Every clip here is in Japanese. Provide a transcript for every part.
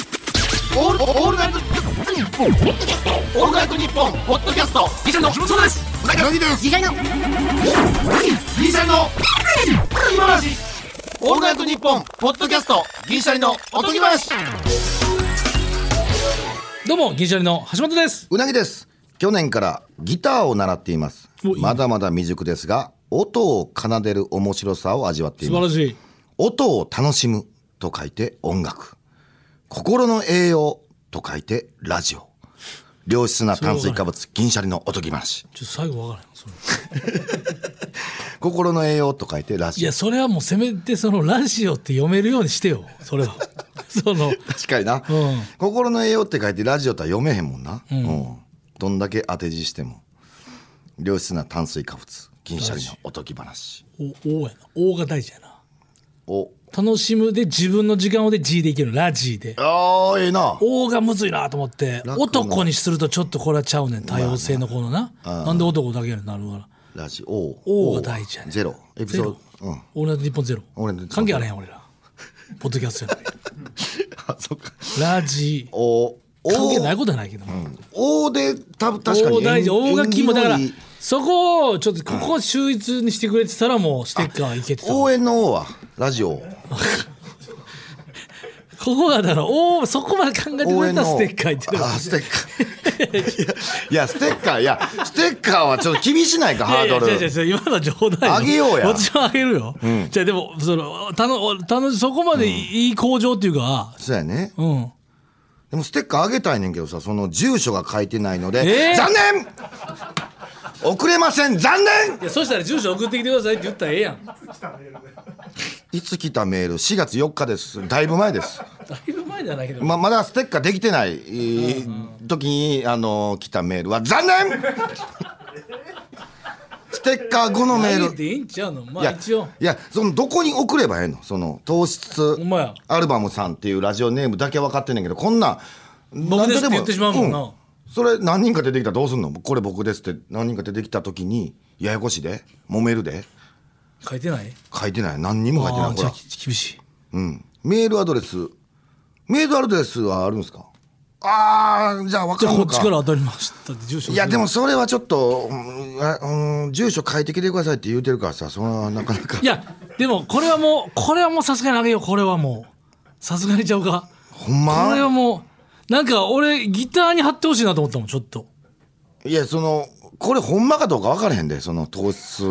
オールオールナイトニッポンオールナイトニッポンポッドキャストギシャリの木本そうですなぎです次回のギシャリの今話オールナイトニッポンポッドキャストギシャリのおとぎ話どうも銀シャリの橋本ですうなぎです去年からギターを習っていますおいいまだまだ未熟ですが音を奏でる面白さを味わってい素晴まらすしい音を楽しむと書いて音楽心の栄養と書いてラジオ良質な炭水化物銀シャリのおとぎ話ちょっと最後わからんそれ心の栄養と書いてラいジオやそれはもうせめてそのラジオって読めるようにしてよそれは その確かにな、うん心の栄養って書いてラジオとは読めへんもんな、うんどんだけ当て字しても良質な炭水化物銀シャリのおとぎ話おおやなおが大事やなお楽しむで自分の時間をで G でいけるラジであーええなおがむずいなと思って楽な男にするとちょっとこれはちゃうねん多様性のこのな、なんで男だけやねんなるからラジオ王が大事やねんゼロエピゼソーロド、うん、俺の日本ゼロ俺の日本ゼロ関係あれへん俺らポッドキャストやのにあそっかラジお関係おないことはないけども、おでた確かに大大事縁大垣もだから縁起のいいそこをちょっとここを秀逸にしてくれてたらもうステッカーいけてたこ応援の王はラジオこがだからおーそこまで考えてく応れ援たのス王テッカーいってたあステッカーいやいやステッカーいやステッカーはちょっと厳しないかハードルいやいや違う違う違う今の冗談よあげようやもちろんあげるよ、じゃあでもそのたのたのそこまでいい向上っていうかそうやねうん、でもステッカーあげたいねんけどさその住所が書いてないので、えー残念送れません残念いやそしたら住所送ってきてくださいって言ったらええやんだいつ来たメール4月4日ですだいぶ前ですいぶ前じゃないけど、ままだステッカーできてない、えー時に、あのー来たメールは残念 ステッカー後のメ入ーれルていいんちゃうのまいあや一応いやそのどこに送ればええのその糖質ほんまやアルバムさんっていうラジオネームだけ分かってんねんけどこんなん僕ですって言ってしまうもんな、何とでもうんそれ何人か出てきたらどうすんのこれ僕ですって何人か出てきた時にややこしいで揉めるで書いてない書いてない何にも書いてなあいほーじゃらあ、き厳しいうん、メールアドレスメールアドレスはあるんですかあーじゃあ分じかゃあるこのっかちから当たりましたって住所いやでもそれはちょっと、うんあうん住所書いてきてくださいって言うてるからさそれはなかなかいやでもこれはもうこれはもうさすがにあげようこれはもうさすがにちゃうかほんまこれはもうなんか俺ギターに貼ってほしいなと思ったもんちょっといやそのこれほんまかどうか分からへんでその糖質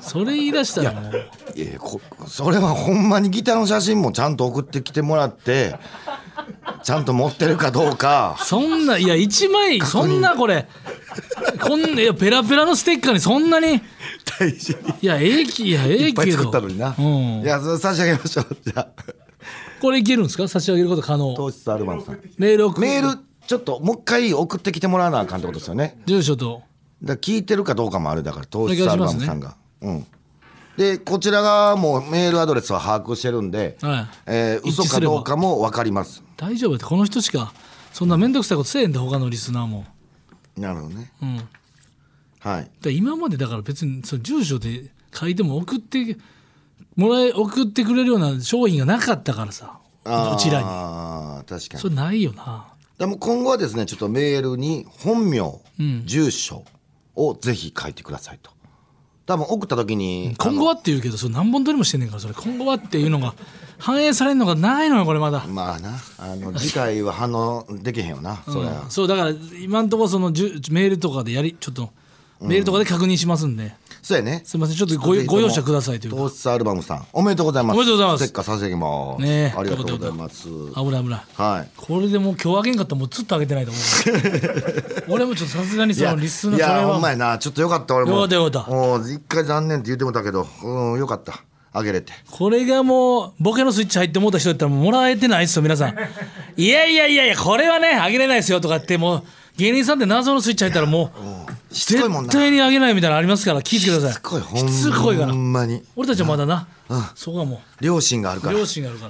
それ言い出したらもういやこそれはほんまにギターの写真もちゃんと送ってきてもらってちゃんと持ってるかどうかそんないや一枚そんなこれこんないやペラペラのステッカーにそんなに大事にいっいやええきいやええぱいけ作どったのにな、うんいやそれ差し上げましょうじゃあこれいけるんですか差し上げること可能糖質アルバムさんメール送るメールちょっともう一回送ってきてもらわなあかんってことですよね住所とだから聞いてるかどうかもあるだから糖お質ア願いしルまバすムねさんが、うんでこちらがもうメールアドレスは把握してるんで、はいえー一嘘致かすればどうかも分かります大丈夫やってこの人しかそんな面倒くさいことせえへんで他のリスナーもなるほどねうんはいだから今までだから別にその住所で書いても送ってもらえ送ってくれるような商品がなかったからさあーうちらに確かにそれないよなでも今後はですねちょっとメールに本名、ん住所をぜひ書いてくださいと多分送った時に、今後はって言うけどそれ何本取りもしてんねんからそれ今後はっていうのが反映されるのがないのよこれまだあのまあなあの次回は反応できへんよな、それはうんそうだから今んところそのじゅメールとかでやりちょっとメールとかで確認しますんで、そうやねすいませんちょっとごぜひともご容赦くださいというか糖質アルバムさんおめでとうございますおめでとうございますステッカー差し上げます、ねえありがとうございます危ない危ないはいこれでもう今日あげんかったらもうずっとあげてないと 思う俺もちょっとさすがにそのリスナーいそれやほんまはやなちょっとよかった俺もよかったよかったもう一回残念って言ってもたけどうんよかったあげれてこれがもうボケのスイッチ入ってもうた人やったらもうもらえてないですよ皆さんいやいやいやいやこれはねあげれないですよとかってもう芸人さんって謎のスイッチ入ったらもうしつこいもん絶な対にあげないみたいなのありますから気ぃつけてくださいしつこいほんましつこいからほんまに俺たちはまだなそこはも両親があるかうら両親があるか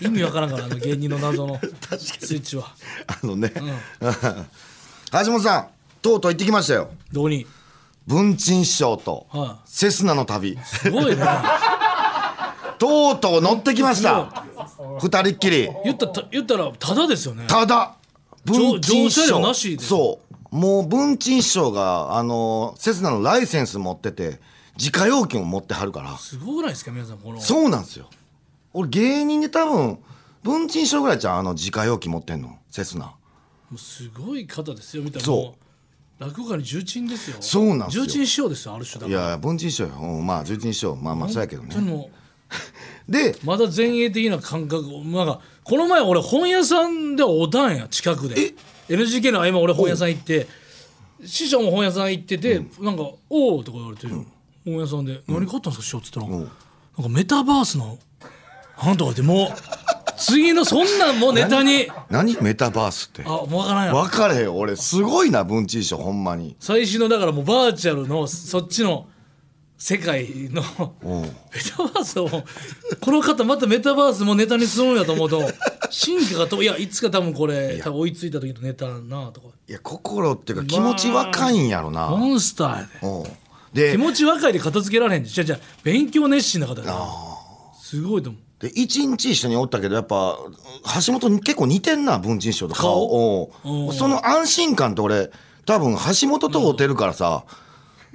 ら意味わからんからあの芸人の 謎のスイッチはあのね、 橋本さんとうとう行ってきましたよどうに文珍師匠とはセスナの旅すごいなとうとう乗ってきました二人っきり言ったた言ったらただですよねただ文鎮師乗車料匠なしでそうもう文鎮師匠があのセスナのライセンス持ってて自家用券を持ってはるからすごくないですか皆さんこのそうなんですよ俺芸人で多分文鎮師匠ぐらいじゃんあの自家用機持ってんのセスナもうすごい方ですよみたいなそうもう落語家の重鎮ですよそうなんですよ重鎮師匠ですよある種だいからやいや文鎮師匠よ、うん、まあ重鎮師匠まあまあそうやけど本当ねにもでうまだ前衛的な感覚をなんかこの前俺本屋さんでおたんや近くで NGK の合間俺本屋さん行って師匠も本屋さん行ってて、なんか「おお」とか言われて、本屋さんで「何買ったんですか師匠」っつったら、なんかメタバースのなんとか言ってもう次のそんなんもうネタに何メタバースってあもう分からんや分かれへん俺すごいな文鎮師匠ほんまに最新のだからもうバーチャルのそっちの世界のうんメタバースをこの方またメタバースもネタにするんやと思うと進化がといやいつか多分これ多分追いついた時のネタだなとかいや心っていうか気持ち若いんやろな、モンスターやでうんで気持ち若いで片付けられへんじゃじゃ勉強熱心な方やですごいと思うで一日一緒におったけどやっぱ橋本に結構似てんな文鎮師匠と顔おううんその安心感と俺多分橋本と会うてるからさ、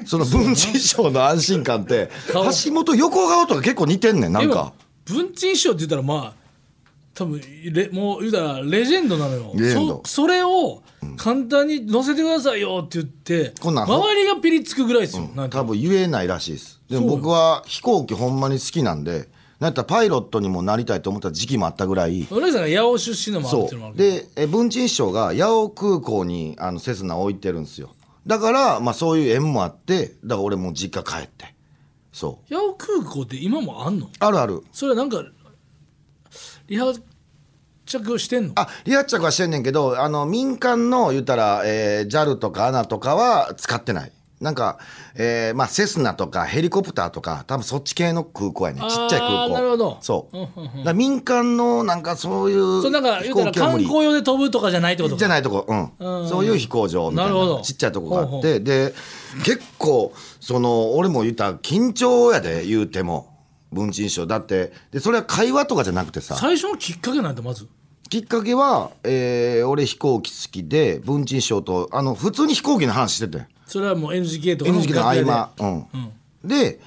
その文鎮師匠の安心感って顔橋本横顔とか結構似てんねんなでんもか文鎮師匠って言ったらまあ多分レもう言うたらレジェンドなのよレジェンドそそれを簡単に載せてくださいよって言って、こんなん周りがピリつくぐらいですよ、なんか多分言えないらしいですでもそうよ僕は飛行機ほんまに好きなんでなんやったらパイロットにもなりたいと思った時期もあったぐらい村井さんが八尾出身のもあるっそていうのもあうるけどでえ文鎮師匠が八尾空港にあのセスナ置いてるんですよだから、まあ、そういう縁もあってだから俺もう実家帰ってそう八尾空港って今もあんのあるあるそれはなんかリハ着してんのあリアッチャクはしてんねんけどあの民間の言ったら、えー、JAL とか ANA とかは使ってないなんか、えーまあ、セスナとかヘリコプターとか多分そっち系の空港やねあちーっちゃい空港なるほどそううんうんうんだから民間のなんかそういうそうなんか言うたら観光用で飛ぶとかじゃないってことじゃかないとこ、うんうんそういう飛行場みたいなるほどなちっちゃいとこがあってほうほで結構その俺も言ったら緊張やで言うても文鎮師匠だってでそれは会話とかじゃなくてさ最初のきっかけなんてまずきっかけは、えー俺飛行機好きで文鎮師匠とあの普通に飛行機の話しててそれはもう NGK とか NHK の合楽屋で間、うん、で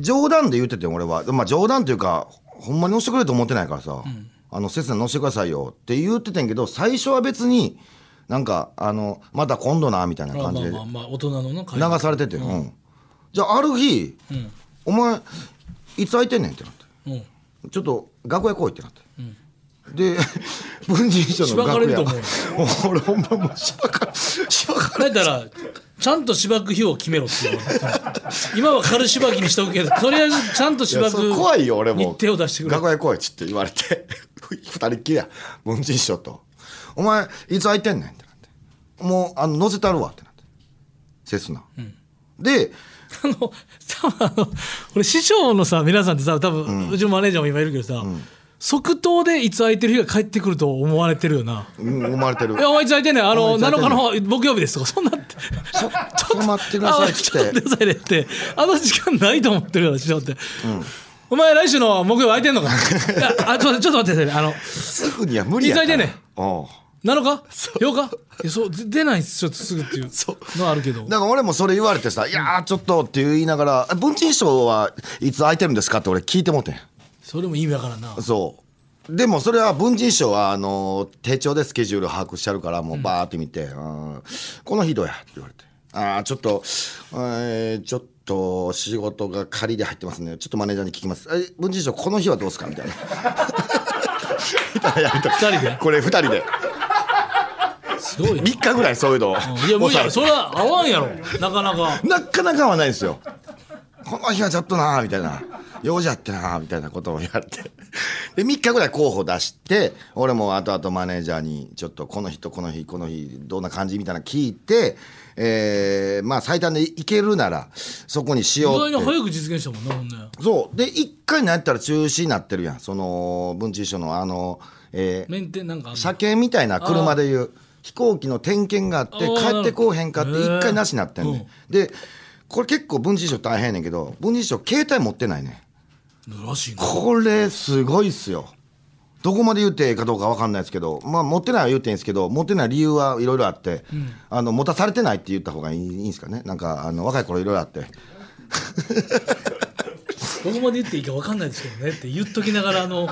冗談で言ってて俺は、まあ、冗談というかほんまに乗せてくれると思ってないからさ「あのセスナ乗せてくださいよ」って言っててんけど最初は別になんかあの「また今度な」みたいなまあ感まじあでまあまあ大人のな会流されてて、うんじゃあある日、お前いつ空いてんねん」ってなってう「んちょっと楽屋来い」ってなって。で 文人師匠の楽屋しばかれる 俺ほんまもうしばかしばかだったらちゃんとしばく日を決めろっていう今は軽しばきにしとくけどとりあえずちゃんとしばいやくそれ怖いよ俺も日程を出してくれ楽屋来いっつって言われて 二人っきりや文人師匠と「お前いつ空いてんねん」ってなって「もうあの乗せてあるわ」ってなってセスナ、であの、多分あの、俺師匠のさ、皆さんってさ、多分、うちのマネージャーも今いるけどさ、即答でいつ空いてる日が帰ってくると思われてるよな。うん生まれてるいや、お前いつ空いてんねん。あの、お前いつ空いてんねん7日の木曜日ですとか、そんなって。ちょっと待ってくださいあ、っつちょっと待ってってくださいねって。あの時間ないと思ってるから、師匠って。お前来週の木曜日空いてんのか いやあ、ちょっとちょっと待ってくださいね。すぐには無理やからいつ空いてんねおうあの、7日 ?8 日いや、そう、出ないっす、ちょっとすぐっていうのはあるけど。だから俺もそれ言われてさ「いやーちょっと」って言いながら「文鎮師匠はいつ空いてるんですか?」って俺聞いてもうてんそれも意味わからんな。そうでもそれは文人賞はあの手帳でスケジュール把握してあるからもうバーって見て「うんこの日どうや」って言われて「ああちょっと、えーちょっと仕事が仮で入ってますねちょっとマネージャーに聞きますえ文人賞この日はどうですか?」み たいなみたいなやりとり二人でこれ2人ですごいな。 3日ぐらいそういうのをいや、無理やろ。そ抑れは合わんやろ。なかなか。 えなかなかはないですよこの日はちょっとなーみたいな用事あってなーみたいなことをやってで3日ぐらい候補出して俺も後々マネージャーにちょっとこの日とこの日この日どんな感じみたいなの聞いてえーまあ最短でいけるならそこにしよう意外にって早く実現したもんな、ほんね。そうで1回なったら中止になってるやんその文治師匠のあの、えーメンテなんかあんの車検みたいな車でいう飛行機の点検があってあー帰ってこうへんかってなるほど1回なしになってんねんでこれ結構文治師匠大変やねんけど文治師匠携帯持ってないねんらしいな。これすごいっすよどこまで言っていいかどうかわかんないですけど、まあ、持ってないは言うていいんですけど持ってない理由はいろいろあって、あの持たされてないって言った方がいいんですかねなんかあの若い頃いろいろあってどこまで言っていいか分かんないですけどねって言っときながらあ の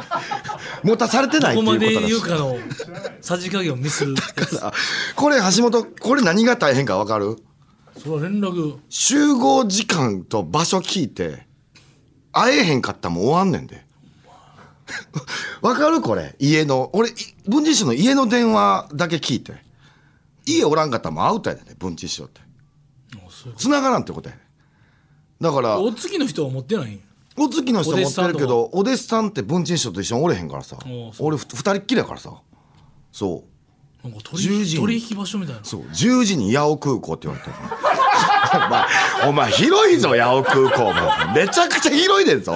持たされてないどってこいうこまとでだし言うかのさじ加減をミスる あこれ橋本これ何が大変かわかるそれは連絡集合時間と場所聞いて会えへんかったらもう終わんねんで わかるこれ家の俺い文治師匠の家の電話だけ聞いて家おらんかったらもうアウトやでね文治師匠ってあそういうこ繋がらんってことやねだからとお次の人は持ってないんやお月の人持ってるけどおお弟子さんって文鎮師匠と一緒におれへんからさおうそう俺ふ二人っきりやからさそうなんか10取時りに取引場所みたいなそう10時に八尾空港って言われ たのお前お前広いぞ八尾空港もめちゃくちゃ広いでんぞ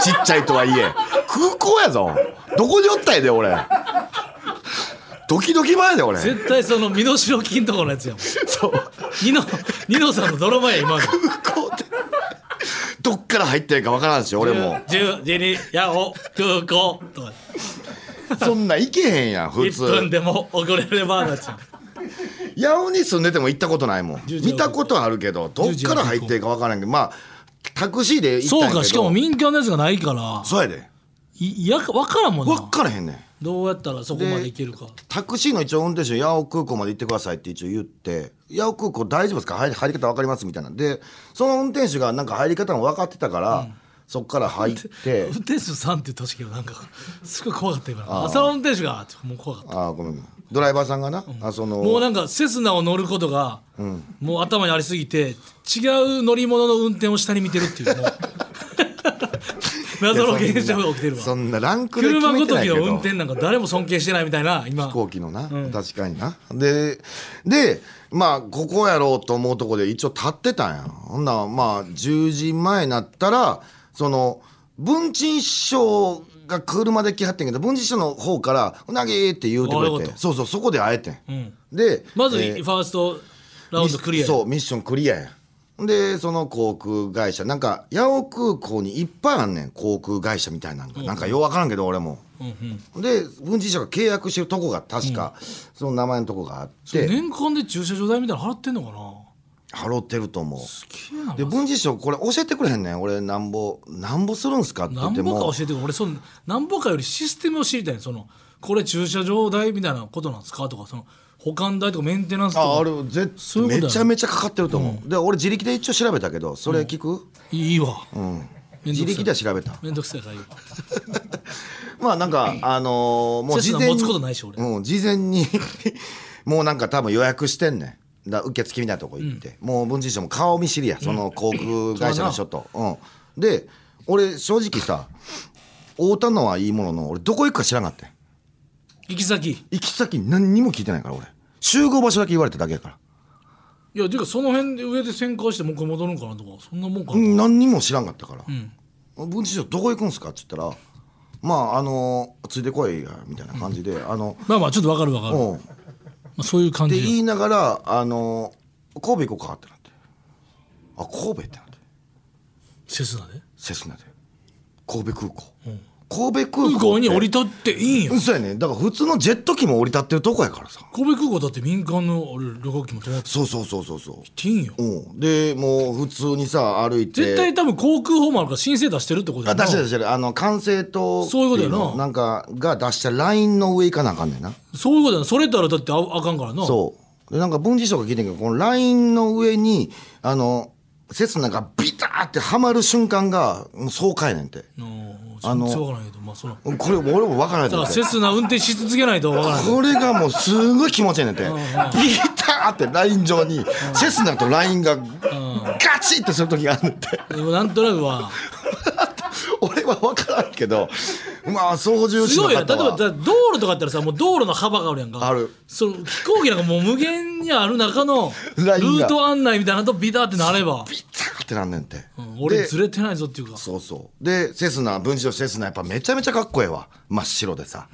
ちっちゃいとはいえ空港やぞどこにおったんやで俺ドキドキ前で俺絶対その身代金とかのやつやもんそうニノニノさんの泥棒や今の空港ってどっから入ってるかわからんし俺も10時にやお空港とかそんなん行けへんやん普1分通でも遅れればなっちゃう八尾に住んでても行ったことないもん10時見たことあるけどどっから入ってるかわからんけどまあタクシーで行ったんそやうけどかしかも民間のやつがないからそうやでいいや分からんもん分なからへんねんどうやったらそこまでいけるかタクシーの一応運転手に八尾空港まで行ってくださいって一応言って八尾空港大丈夫ですか入り入り方分かりますみたいなんでその運転手がなんか入り方も分かってたから、そっから入って 運転手さんって言ってほしいけどなんかすごい怖かったから朝の運転手がってもう怖かったあーごめんごめんドライバーさんがな、あそのもうなんかセスナを乗ることが、もう頭にありすぎて違う乗り物の運転を下に見てるっていう もう謎の現象が起きてるわそんなランクで決車めごてとないきけどの運転なんか誰も尊敬してないみたいな今飛行機のな、確かになででまあここやろうと思うとこで一応立ってたんやほんならまあ10時前になったらその文鎮師匠が車で来はってんけど文鎮師匠の方から「うなぎ!」って言うてくあれよかてったそうそうそこで会えてん、んでまずフえーァーストラウンドクリアそうミッションクリアやでその航空会社なんか八尾空港にいっぱいあんねん航空会社みたいなのが、なんかよう分からんけど俺も、で文治社が契約してるとこが確か、その名前のとこがあっそてれ年間で駐車場代みたいなの払ってんのかな払ってると思好うきやなで文治師匠これ教えてくれへんねん俺なんぼなんぼするんすかって言なっんてぼもか教えてくれ俺そのなんぼかよりシステムを知りたいねそのこれ駐車場代みたいなことなんですかとかその保管代とかメンテナンスとああかれぜそういうこめとやちゃめちゃかかってると思う、で俺自力で一応調べたけどそれ聞く、いいわ、めん自どく力さでいは調べためんどくさいからいいわまあなんか、あのーもう事前セスナに持つことないし俺もう事前に もうなんか多分予約してんねんだ受付みたいなとこ行って、もう文人賞も顔見知りやその航空会社の人と、うんで俺正直さ会うたのはいいものの俺どこ行くか知らなかったん行き先い行き先何にも聞いてないから俺集合場所だけ言われただけやからやていうかその辺で上で旋回してもう一回戻るんかなとかそんなもんかな、うん何にも知らんかったから「文治師匠どこ行くんすか?」っつったら「まああのついてこいや」みたいな感じで「あのまあまあちょっとわかるわかる、まうん」あ、そういう感ってじ言よいながら「あの神戸行こうか」ってなって「あ神戸」ってなってセスナでセスナで神戸空港、神戸空港空港に降り立っていいんやそうやねだから普通のジェット機も降り立ってるとこやからさ神戸空港だって民間のあれ旅客機も止まってそうそうそうそうそいいんよううんでもう普通にさ歩いて絶対多分航空法もあるから申請出してるってことあやな出してる出してるあの管制塔そういうことやなってのなんかが出したラインの上行かなあかんねんなそういうことやなそれたらだってああかんからなそうでなんか文治師匠が聞いてんけどこのラインの上にあのセスナがビターってはまる瞬間がもう爽快ねんてあの全然わからないけどまあそのこれ俺も分からないとだか思らってセスナ運転し続けないとわからないこれがもうすごい気持ちいいねんてビターってライン上にセスナとラインがガチってする時があるねんてでもなんとなくは 俺は分からんけどまあ操縦す士のごいよ例え方ばはだ道路とかあったらさもう道路の幅があるやんかあるその飛行機なんかもう無限にある中のルラインがート案内みたいなのとビタってなれば、ビターってなんねんて、うん俺でずれてないぞっていうかそうそうでセスナ文治のセスナやっぱめちゃめちゃかっこええわ真っ白でさ、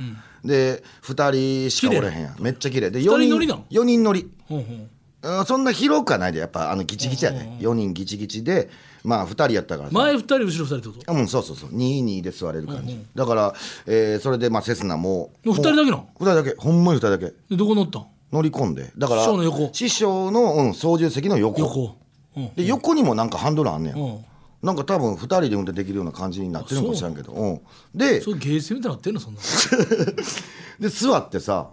で2人しかおれへんやんめっちゃ綺麗で4人人乗りなの4人乗りほんほんうんそんな広くはないでやっぱあのギチギチやで4人ギチギチでまあ2人やったからさ前二人後ろ二人ってことあうんそうそうそう22で座れる感じ、だから、えーそれでまあセスナももう二人だけなの2人だけほんまに2人だけでどこ乗ったん乗り込んでだから師匠の横師匠の、うん、操縦席の横横うんで横にもなんかハンドルあんねん、うんなんか多分2人で運転できるような感じになってるのかもしれんけどうんでそうゲーセンみたいになってんのそんなで座ってさ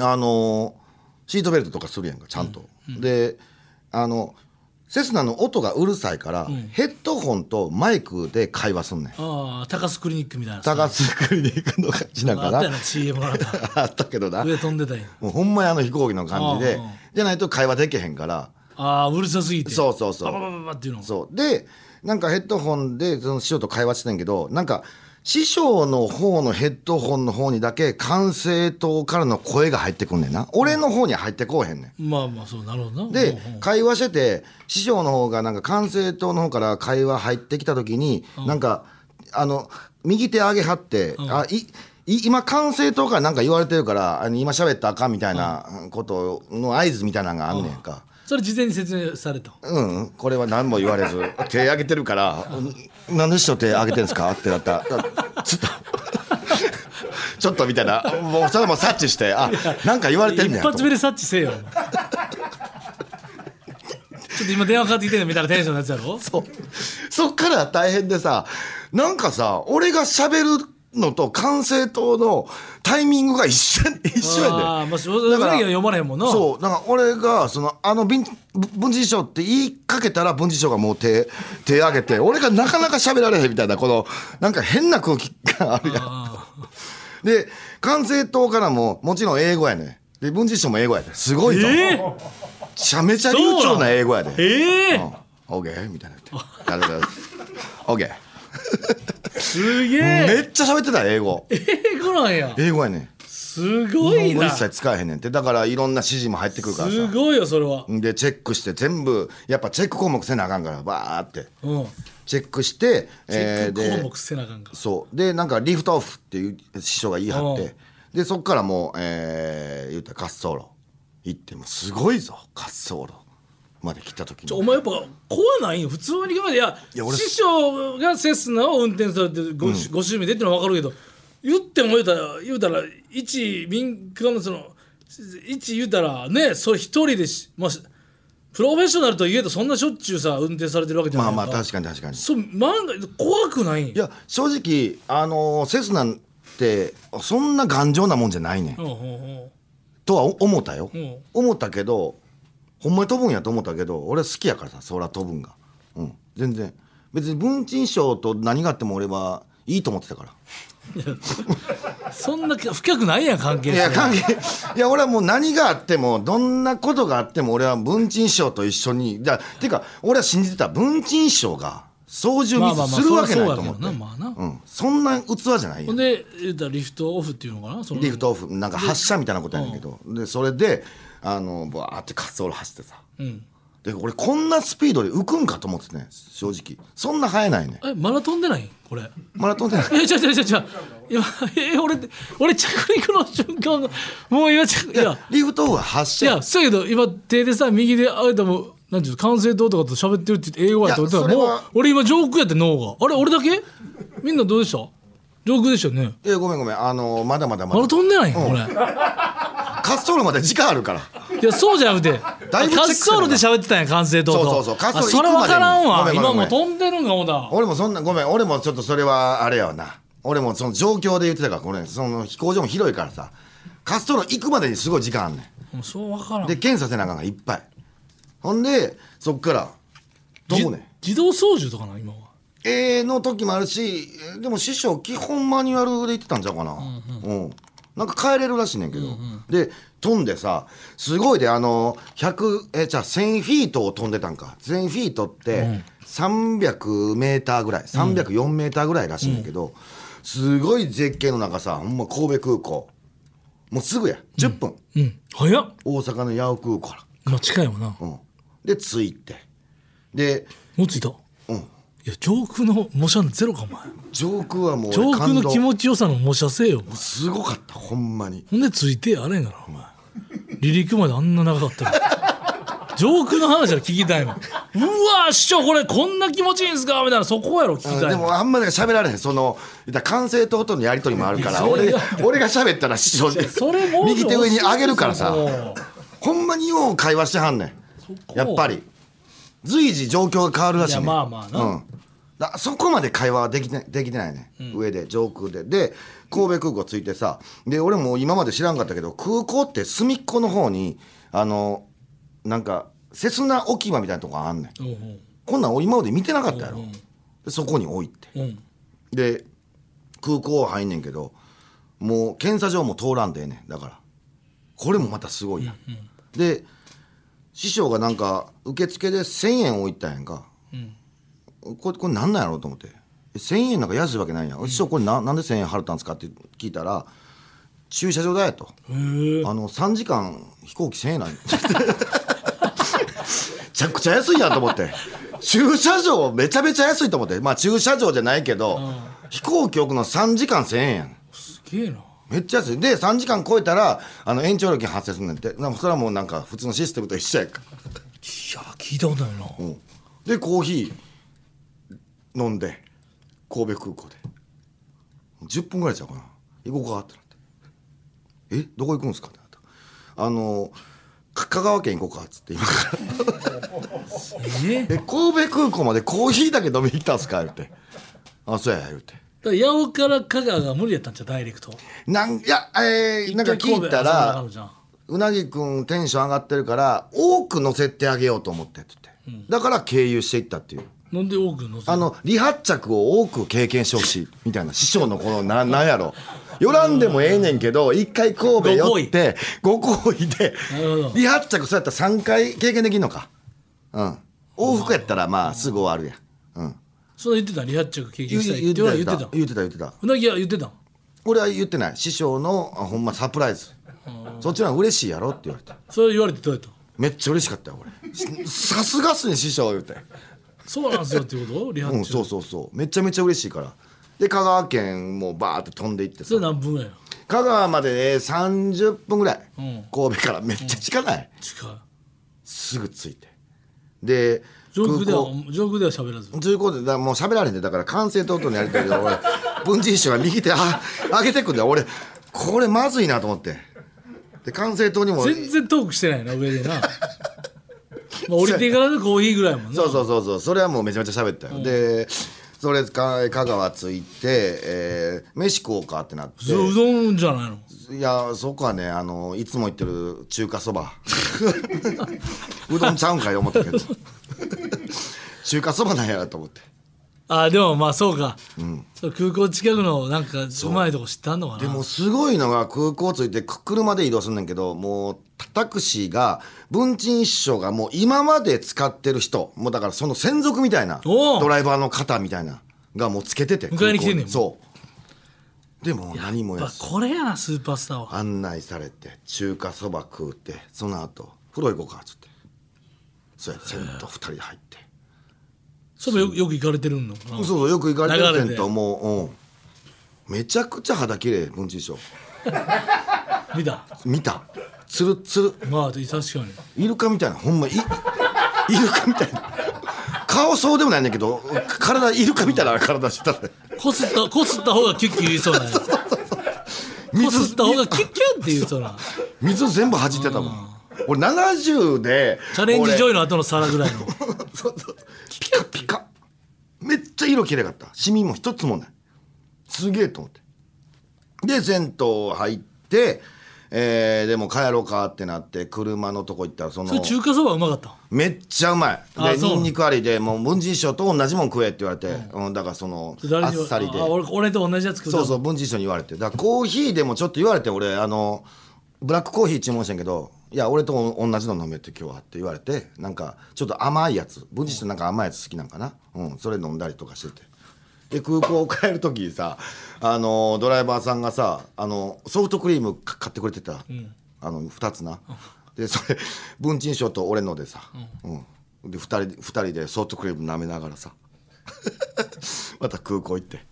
あのーシートベルトとかするやんかちゃんと、であのセスナの音がうるさいから、ヘッドホンとマイクで会話すんねんのああ高須クリニックみたいなさ高須クリニックの感じなんあかったなよな CM がなんか あったけどな上飛んでたんやもうほんまにあの飛行機の感じでああじゃないと会話できへんからああうるさすぎてそうそうそうバババババっていうのそうでなんかヘッドホンでその師匠と会話してんけどなんか師匠の方のヘッドホンの方にだけ管制塔からの声が入ってくんねんな俺の方には入ってこうへんねんまあまあそうなるほどなでうんうん会話してて師匠の方がなんか管制塔の方から会話入ってきた時に、なんかあの右手上げはって、あいい今管制塔からなんか言われてるからあの今喋ったらあかんみたいなことの合図みたいなのがあんねんか。それ事前に説明されたうん、これは何も言われ ず手挙げてるから「うんなんで師匠手挙げてるんですか?」ってな ったらちょっとちょっとみたいなもうそれも察知してあなんか言われてんね一やと思って発目で察知せえよお前ちょっと今電話かかってきてんのみたいなテンションのやつやろそうそっから大変でさなんかさ俺が喋るのと管制塔のタイミングが一緒一緒やで、ああまあそうだから読まれへんもんなそうだから俺がそのあの文文治師匠って言いかけたら文治師匠がもう手手挙げて俺がなかなか喋られへんみたいなこのなんか変な空気感あるやんああで管制塔からももちろん英語やねで文治師匠も英語やですごいぞ、ええめちゃめちゃ流暢な英語やでええ「オーケー」みたいな言って「ありがとうございます」「オーケー」すげめえっちゃ喋ってた英語英語なんや英語やねんす日ごい本語な一切使えへんねんってだからいろんな指示も入ってくるからすさごいよそれはでチェックして全部やっぱチェック項目せなあかんからバーってうんチェックしてチェえッーク項で目せなあかんかそうでなんかリフトオフっていう師匠が言い張っうんてでそっからもう、えー、言うたら滑走路行ってもうすごいぞ滑走路まで来た時ちょおに前やっぱ怖ないよ普通に考えていやいや俺師匠がセスナを運転されてご,、ご趣味でってのは分かるけど言っても言うたら言うたら一民間のその一言うたらねそれ一人でし、まあ、しプロフェッショナルといえどそんなしょっちゅうさ運転されてるわけじゃなまいあまあ確かかに確かにそう漫画怖くないんいや正直あのーセスナってそんな頑丈なもんじゃないねんうんうんとは思ったよ、うん思ったけどほんまに飛ぶんやと思ったけど俺好きやからさ空飛ぶんが、うん、全然別に文鎮賞と何があっても俺はいいと思ってたからうんそんなか深くないやん関係いや性関係いや俺はもう何があってもどんなことがあっても俺は文鎮賞と一緒にだていうか俺は信じてた文鎮賞が操縦ミスするわけないと思ってまあまあまあそりゃそうやけどなまあなうんそんな器じゃないほよんで言うたらリフトオフっていうのかなそのリフトオフなんか発射みたいなことやねんけどでそれであのバーって滑走路走ってさうんで俺こんなスピードで浮くんかと思ってね正直そんな生えないねえマラトンでないこれマラトンでない いや、違う違う違う違う。今、え、俺、俺着陸の瞬間が、もう今着、いや、リフトオフは発い射や、そうやけど、今手でさ、右で、あれでも、なんていうの、管制塔とかと喋ってるって言って英語やと思ってたら、いやそもれうは、俺今上空やって脳が。あれ、俺だけみんなどうでした上空でしたよね。えごめんごめんあのまだまだままだだ飛んでないんやこれ。滑走路まで時間あるからいや、そうじゃなくて、 だい滑ぶチェックす走るな路で喋ってたんや、管制塔と。そうそうそう滑あ走路そ行れくまでに分からんわ。ごめんごめんご今もめうん飛んでるんか、ほだ。俺もそんなごめん俺もちょっとそれはあれやわな俺もその状況で言ってたからこれその飛行場も広いからさ滑走路行くまでにすごい時間あんねもうそう分からん。んで検査せなあかんがいっぱいほんでそっから飛じぶねん自動操縦とかな、今は。えーの時もあるしえーでも師匠基本マニュアルで言ってたんちゃうかな、うんなんか帰れるらしいねんけど、で飛んでさすごいであの100えじゃあ1000フィートを飛んでたんか1000フィートって300メーターぐらい304メーターぐらいらしいんだけど、すごい絶景の中さほんま神戸空港もうすぐや10分、うん。早っ。大阪の八尾空港かまあ、近いわな。ら、うん、で着いてでもう着いた。うんいや上空の模写ゼロかお前上空はもう上空感の動気持ちよさの模写せえよお前すごかったほんまにほんでついてやれんがなお前離陸まであんな長かったの 上空の話は聞きたいもんうわ師匠これこんな気持ちいいんすかみたいなそこやろ聞きうんたいでもんもあんまり喋られへんその言ったら完成ととのやり取りもあるからいやそれ俺俺 が喋ったら師匠それもう右手上に上げるからさもほんまによう会話してはんねこんやっぱり随時状況が変わるらしいねいやまあまあなうん、だそこまで会話はできてできてないね、上で上空でで神戸空港着いてさで俺も今まで知らんかったけど空港って隅っこの方にあのなんかセスナ置き場みたいなとこあんねんううんこんなん俺今まで見てなかったやろ、うんでそこに置いてうんで空港は入んねんけどもう検査場も通らんでええねんだからこれもまたすごいやん、で師匠がなんか受付で1,000円置いたんやんか、これこれなんなんやろうと思って1,000円なんか安いわけないやん、師匠これななんで1,000円払ったんですかって聞いたら駐車場だやと、へえあの3時間飛行機1000円なんめちゃくちゃ安いやんと思って駐車場めちゃめちゃ安いと思ってまあ駐車場じゃないけど、飛行機置くの3時間1000円やんすげえなめっちゃ安いで3時間超えたらあの延長料金発生するねんってなんかそれはもうなんか普通のシステムと一緒やんか、いや聞いたことないなうんでコーヒー飲んで神戸空港で10分ぐらいちゃうかな行こうかってなって「えどこ行くんですか?」ってなったあのか香川県行こうか」っつって今からええ神戸空港までコーヒーだけ飲みに来たんすか?」言うて「あそうや」言うてだから八尾から香川が無理やったんじゃうダイレクトなんいやえーなんか聞いたら一回神戸遊んだのかなじゃあうなぎくんテンション上がってるから多く乗せてあげようと思ってって言って、だから経由していったっていうなんで多くのせるあの離発着を多く経験してほしいみたいな師匠のこのななんやろ寄らんでもええねんけど一回神戸寄ってご好意でなるほど離発着そうやったら3回経験できるのかうん往復やったらまあすぐ終わるやんうんその言ってたリハッチャーが経言験うしたい言っってて俺たは言言っっててたた言ってた言ってたうなぎは言ってたん俺は言ってない師匠のあほんまサプライズそっちの方が嬉しいやろって言われたそれ言われてどうやっためっちゃ嬉しかったよ俺すさすがっすね師匠言うてそうなんすよっていうことリハうッんチャそーうそうそうめちゃめちゃ嬉しいからで香川県もバーって飛んでいってそされ何分ぐらいなの香川までね30分ぐらい、うん神戸からめっちゃ近ない、近いすぐ着いてで上空では空港上空では喋らず中高でだもう喋られへんでだから完成ととのやりたいけ ど俺文人賞が右手あ上げてくんだよ俺これまずいなと思ってで完成党にも全然トークしてないな上 でなまあ降りてからのコーヒーぐらいやもんなそうそうそうそうそれはもうめちゃめちゃ喋ったよ、でそれか香川着いて、えー飯食おうかってなってそれうどんじゃないのいやそこはねあのいつも行ってる中華そば うどんちゃうんかい思ったけど 中華そばなんやと思ってあでもまあそうかそう空港近くのなんかうまいとこ知ったんのかでなもすごいのが空港着いてく車で移動すんねんけどもうタクシーが文鎮師匠がもう今まで使ってる人もうだからその専属みたいなおうドライバーの方みたいながもうつけてて迎えに来てん空港ねんにそうでもう何もややっぱすこれやなスーパースターは案内されて中華そば食うてその後風呂行こうかっつってそうや銭湯2人で入って、それもよよく行かれてるのかなそうそうよく行かれて流れるで銭湯もう、うん、めちゃくちゃ肌綺麗文鎮師匠見た見たつるつるまあ確かにイルカみたいなほんまいイルカみたいな顔そうでもないねんだけど体イルカみたいな体してたねこすったこすった方がキュッキュ言いそうなこすった方がキュッキュって言いそうな水水全部弾いてたもん俺70でチャレンジジョイイの後の皿ぐらいの そうそうピカピカめっちゃ色綺麗かったシミも一つもないすげえと思ってで銭湯入ってえーでも帰ろうかってなって車のとこ行ったらそのそれ中華そばうまかっためっちゃうまあいでそうニンニクありでもう文人師匠と同じもん食えって言われて、うん、だからそのあっもさりであ俺俺と同じやつ食うそうそうう文人師匠に言われてだからコーヒーでもちょっと言われて俺あのブラックコーヒー注文したんやけどいや俺と同じの飲めって今日はって言われてなんかちょっと甘いやつ文人師匠なんか甘いやつ好きなんかな、うん、それ飲んだりとかしててで空港帰る時にさあのドライバーさんがさあのソフトクリームか買ってくれてた、あの2つなでそれ文鎮師匠と俺のでさ、うんで2人二人でソフトクリーム舐めながらさ また空港行って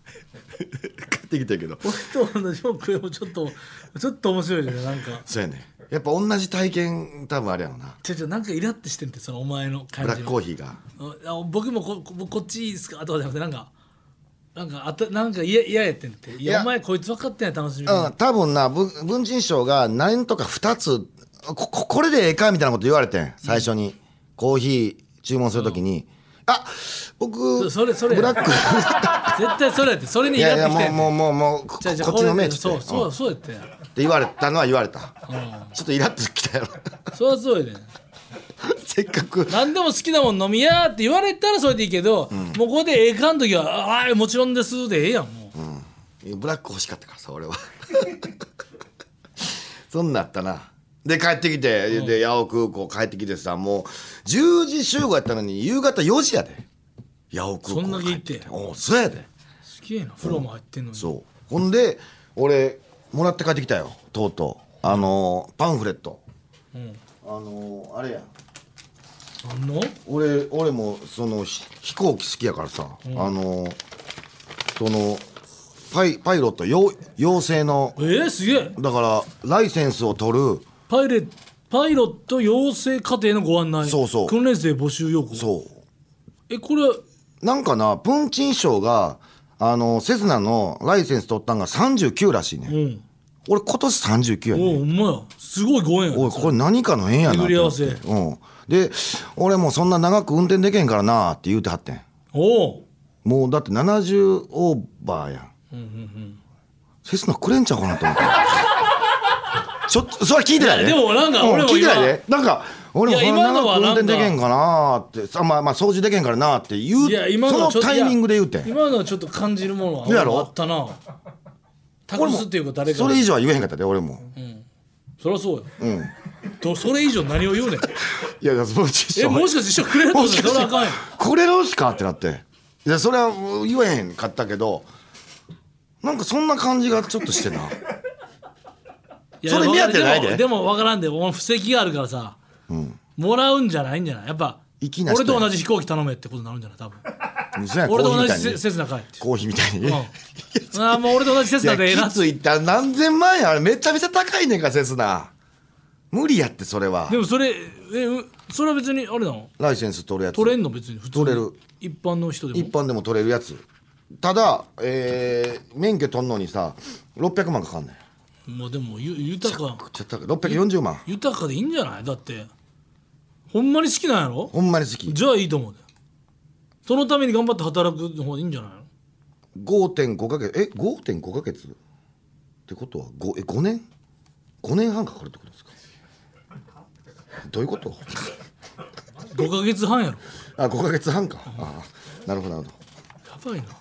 帰ってきたけど俺と同じもん食えもちょっとちょっと面白いよねなんかそうやねやっぱ同じ体験多分あれやろなちょちょなんかイラってしてんってそのお前のブ感ラッじクのコーヒーがあ僕もこここっちいいですかとかじゃなくてなんかなんかあたなんか嫌ややってんっていやいやお前こいつ分かってない楽しみ、うん、多分なぶ文人賞が何とか2つこここれでええかみたいなこと言われてん最初に、コーヒー注文するときに、あ僕そそれそれブラ ック絶対それやってそれにいイやいラやってきてんもうてもうもうもうこじゃあじゃあこっちの目これっつって,、そうそううんそうやってって言われたのは言われた、んちょっとイラッときたよそうはそうやね せっかく何でも好きなもん飲みやって言われたらそれでいいけど、もうここでええかん時は「ああもちろんです」でええやんもう、ブラック欲しかったからさ俺は そんなんあったなで帰ってきて、で八尾空港帰ってきてさもう10時集合やったのに夕方4時やで八尾空港そんだけ行って帰おうそうやですげえな風呂も入ってんのに、そうほんで俺もらって帰ってきたよとうとうあのーパンフレットうんあのーあれやなんの俺俺もそのひ飛行機好きやからさ、あのーそのパイパイロット養養成のえー、すげえだからライセンスを取るパイレパイロット養成課程のご案内そうそう訓練生募集要項そえこれうなんかなプンチン賞があのセスナのライセンス取ったんが39らしいね、うん俺今年39やおねうほんまやすごいご縁やおいこれ何かの縁やな巡り合わせと思ってうん、で俺もうそんな長く運転できへんからなって言うてはってんおうもうだって70オーバーやん,、セスナくれんちゃうかなと思ってちょっとそれは聞いてないでいやでもなんか俺もうん聞いてないでなんか俺もいやそん今なの長はく運なんか転できへんかなってさまあまあ掃除できへんからなって言ういや今のはちそょのタイミングで言うていんや今のはちょっと感じるものはやろあったな託すっていうか誰かそれ以上は言えへんかったで俺も、そりゃそうようん、いとそれ以上何を言うねんやいやその実証えもしかして一緒くれるってこともでしそかれはあかんしよてこれどうすかってなっていやそれはもう言えへんかったけどなんかそんな感じがちょっとしてな いやそれ目当てないでもでも分からんで俺布石があるからさ、もらうんじゃないんじゃないやっぱ粋な人俺やと同じ飛行機頼めってことになるんじゃな い多分嘘やんコ俺とーヒーみ同じたいせにセスナかいってコーヒーみたいに、うんああもう俺と同じセスいナやでええなきついった何千万円あれめちゃめちゃ高いねんかセスナ無理やってそれはでもそれえうそれは別にあれなのライセンス取るやつ取れんの別に普通に取れる一般の人でも一般でも取れるやつただ、えー免許取んのにさ600万かかんねんまあでもゆ豊かちょっと高い640万豊かでいいんじゃないだってほんまに好きなんやろほんまに好きじゃあいいと思うでそのために頑張って働くの方がいいんじゃないの5.5ヶ月え5.5ヶ月ってことは 5, え5年5年半かかるってことですかどういうこと5ヶ月半やろあ5ヶ月半かあなるほどなるほどやばいな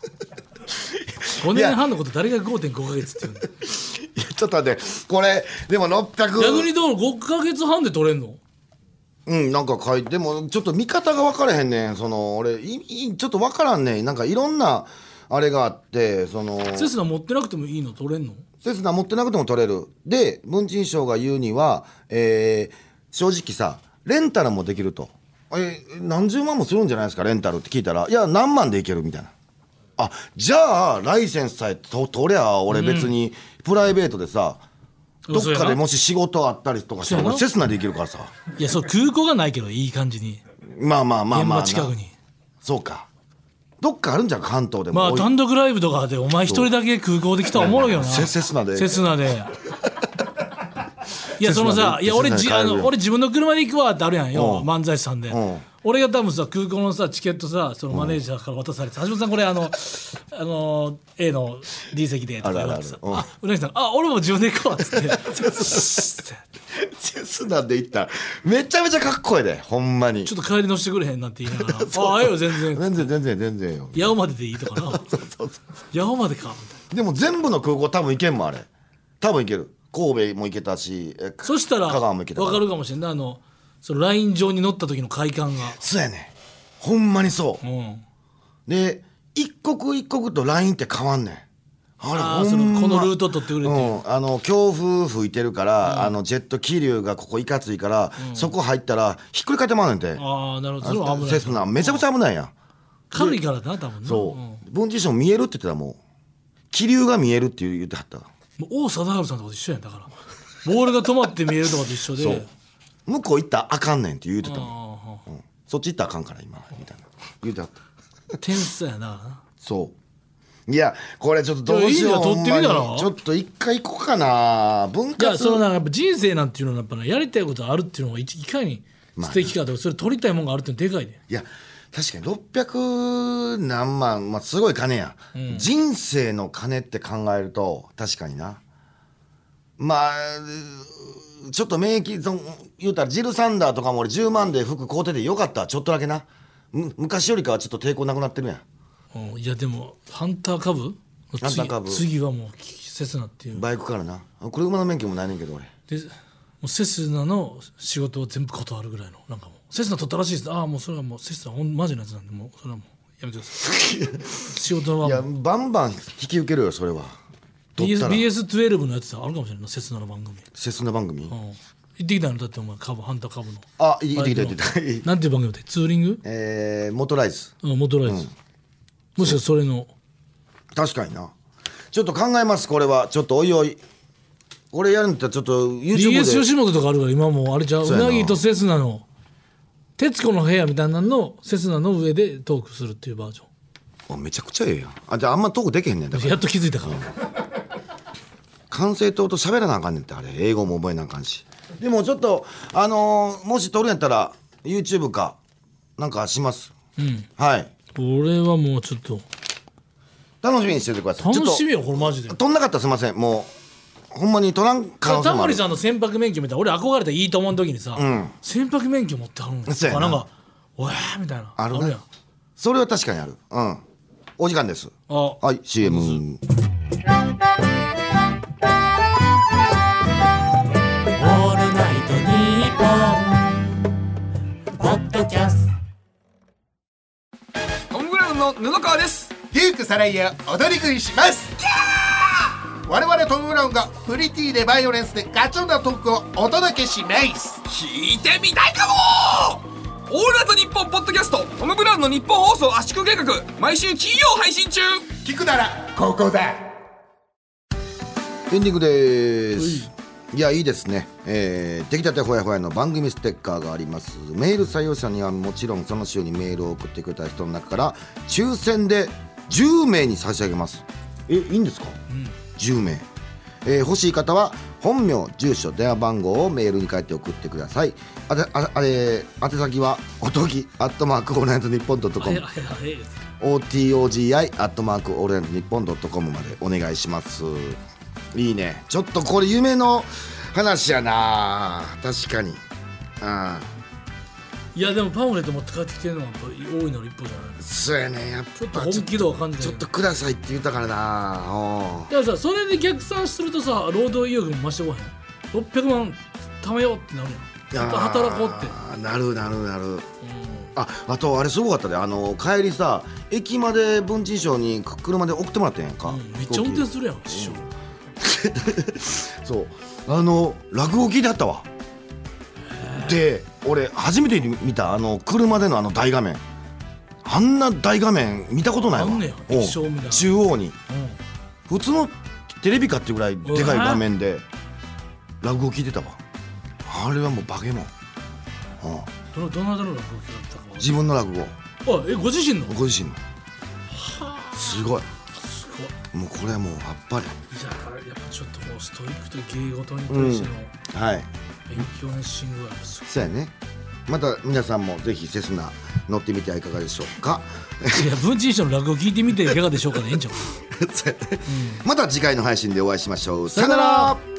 5年半のこと誰が5.5ヶ月って言うのいやちょっと待ってこれでも逆に600どう5ヶ月半で取れんのうんなんか書いてでもちょっと見方が分からへんねんその俺いいちょっと分からんねんなんかいろんなあれがあってそのセスナ持ってなくてもいいの取れんのセスナ持ってなくても取れるで文珍賞が言うには、えー正直さレンタルもできるとえー何十万もするんじゃないですかレンタルって聞いたらいや何万でいけるみたいなあじゃあライセンスさえと取りゃ俺別にプライベートでさ、どっそうやかなでもし仕事あったりとかしたそらうやな俺セスナでいけるからさいやそう空港がないけどいい感じにまあまあまあ現まあ場な近くにそうかどっかあるんじゃん関東でもまあ おい単独ライブとかでお前一人だけ空港で来たらおもろいよなせセスナでセスナでいやそのさセスナでいや俺セスナでじ帰るあよの俺自分の車で行くわってあるやんようん漫才師さんでうん俺が多分さ空港のさチケットさそのマネージャーから渡されて橋本さんこれあのあの A の D 席でとか言われてさあるあるあるうなぎさんあ俺も自分で行くわっつって セスナで行ったらめちゃめちゃかっこいいでほんまにちょっと帰り乗せてくれへんなって言い ながらああええよ全然全然全然全然よ八尾まででいいと かな八尾までかみたでいな。も全部の空港多分行けんもんあれ多分行ける神戸も行けたしえそしたら香川も分行けたからかるかもしれないあのそのライン上に乗った時の快感が、そうやねんほんまにそう、うん、で一国一国とラインって変わんねんああーれそほんのまこのルート取ってくれっていう、うん、あの強風吹いてるから、あのジェット気流がここいかついから、そこ入ったらひっくり返ってまうねんてああなるほどそれはあ危ないセスナめちゃくちゃ危ないやん軽いからな多分なそんもう文治賞見えるって言ってたもん気流が見えるって言う言ってはったう王貞治さんとかと一緒やんだからボールが止まって見えるとかと一緒でそう向こう行ったらあかんねんって言うてたもん、ああうんそっち行ったらあかんから今みたいな言うてはった天才やなそういやこれちょっとどうしよういやいいんだよほんまに撮ってみたらちょっと一回行こうかな文いや化その通なんかやっぱ人生なんていうのはやっぱ、ね、やりたいことあるっていうのがいいかに素敵かとかそれ取りたいもんがあるっていうのでかいでいや確かに600何万、まあ、すごい金や、人生の金って考えると確かになまあうーちょっと免疫その言うたらジル・サンダーとかも俺10万で服買うててよかったわちょっとだけなむ昔よりかはちょっと抵抗なくなってるやんうんいやでもハンター株の次ハンター株次はもうセスナっていうバイクからな車の免許もないねんけど俺でもうセスナの仕事を全部断るぐらいのなんかもうセスナ取ったらしいですああもうそれはもうセスナほんマジのやつなんでもうそれはもうやめてくださ い仕事はいやもうバンバン引き受けるよそれは取っ BS たら BS12 のやつあるかもしれないなセスナの番組、切な番組うん、行ってきたのだってお前株ハンター株のあいいいってきたいいってきたいいなんていう番組だってツーリング えー、モトライズうんモトライズ、もしかそれの確かになちょっと考えますこれはちょっとおいおいこれやるんだったらちょっと BS YouTube で吉本とかあるから今もうあれじゃうううやななぎとセスナの「徹子の部屋」みたいなののセスナの上でトークするっていうバージョンあめちゃくちゃええやんあじゃああんまトークできへんねんだからやっと気づいたから管制塔と喋らなあかんねんってあれ英語も覚えなあかんしでもちょっとあのーもし撮るんやったら YouTube かなんかしますうんはい俺はもうちょっと楽しみにしててください楽しみちょよこれマジでっと撮んなかったらすいませんもうほんまに撮らん可能性タもモあるリさんの船舶免許みたいな俺憧れたいいと思う時にさ、ん船舶免許持ってはるんそうやななんか「おやー」みたいなあるねやんそれは確かにあるうんお時間ですあはい CM オールナイトニッポン」ポッドキャストトム・ブラウンの布川ですデュークサライヤ踊り食いします我々トム・ブラウンがプリティでバイオレンスでガチョンなトークをお届けします聞いてみたいかもオールナイトニッポンポッドキャストトム・ブラウンの日本放送圧縮計画毎週金曜配信中聞くならここだエンディングです。いやいいですね、えー、出来たてほやほやの番組ステッカーがありますメール採用者にはもちろんその週にメールを送ってくれた人の中から抽選で10名に差し上げますえいいんですか、10名、えー欲しい方は本名住所電話番号をメールに書いて送ってくださいあてああれ宛先はおとぎアットマークオールナイトニッポンドットコあムれあれあれ OTOGI アットマークオールナイトニッポンドットコムまでお願いしますいいねちょっとこれ夢の話やな確かにあいやでもパンフレット持って帰ってきてるのはやっぱ多いの一歩じゃないそうやねやっぱちょっと本気度は感じないちょっとくださいって言ったからなでもさそれで逆算するとさ労働意欲も増してこへん600万貯めようってなるちやんちょっと働こうってなるなるなるうああとあれすごかったであの帰りさ駅まで文珍賞にく車で送ってもらったやんか、んうんめっちゃ運転するやん師匠 そうあの落語聞いてあったわで俺初めて見たあの車でのあの大画面あんな大画面見たことないわあんねやおう液晶みたいな中央にうん普通のテレビかっていうぐらいでかい画面で落語聞いてたわあれはもう化け物、うん、どのどなたの落語家だったか自分の落語あえご自身のご自身のすごいすごいもうこれはもうやっぱりじゃあやっぱちょっともうストイックと芸事に対してのはい勉強熱心具合がすごそうやねまた皆さんもぜひセスナ乗ってみてはいかがでしょうか いいや文珍師匠の落語聞いてみていかがでしょうかねええんちゃうそうやねまた次回の配信でお会いしましょうさよなら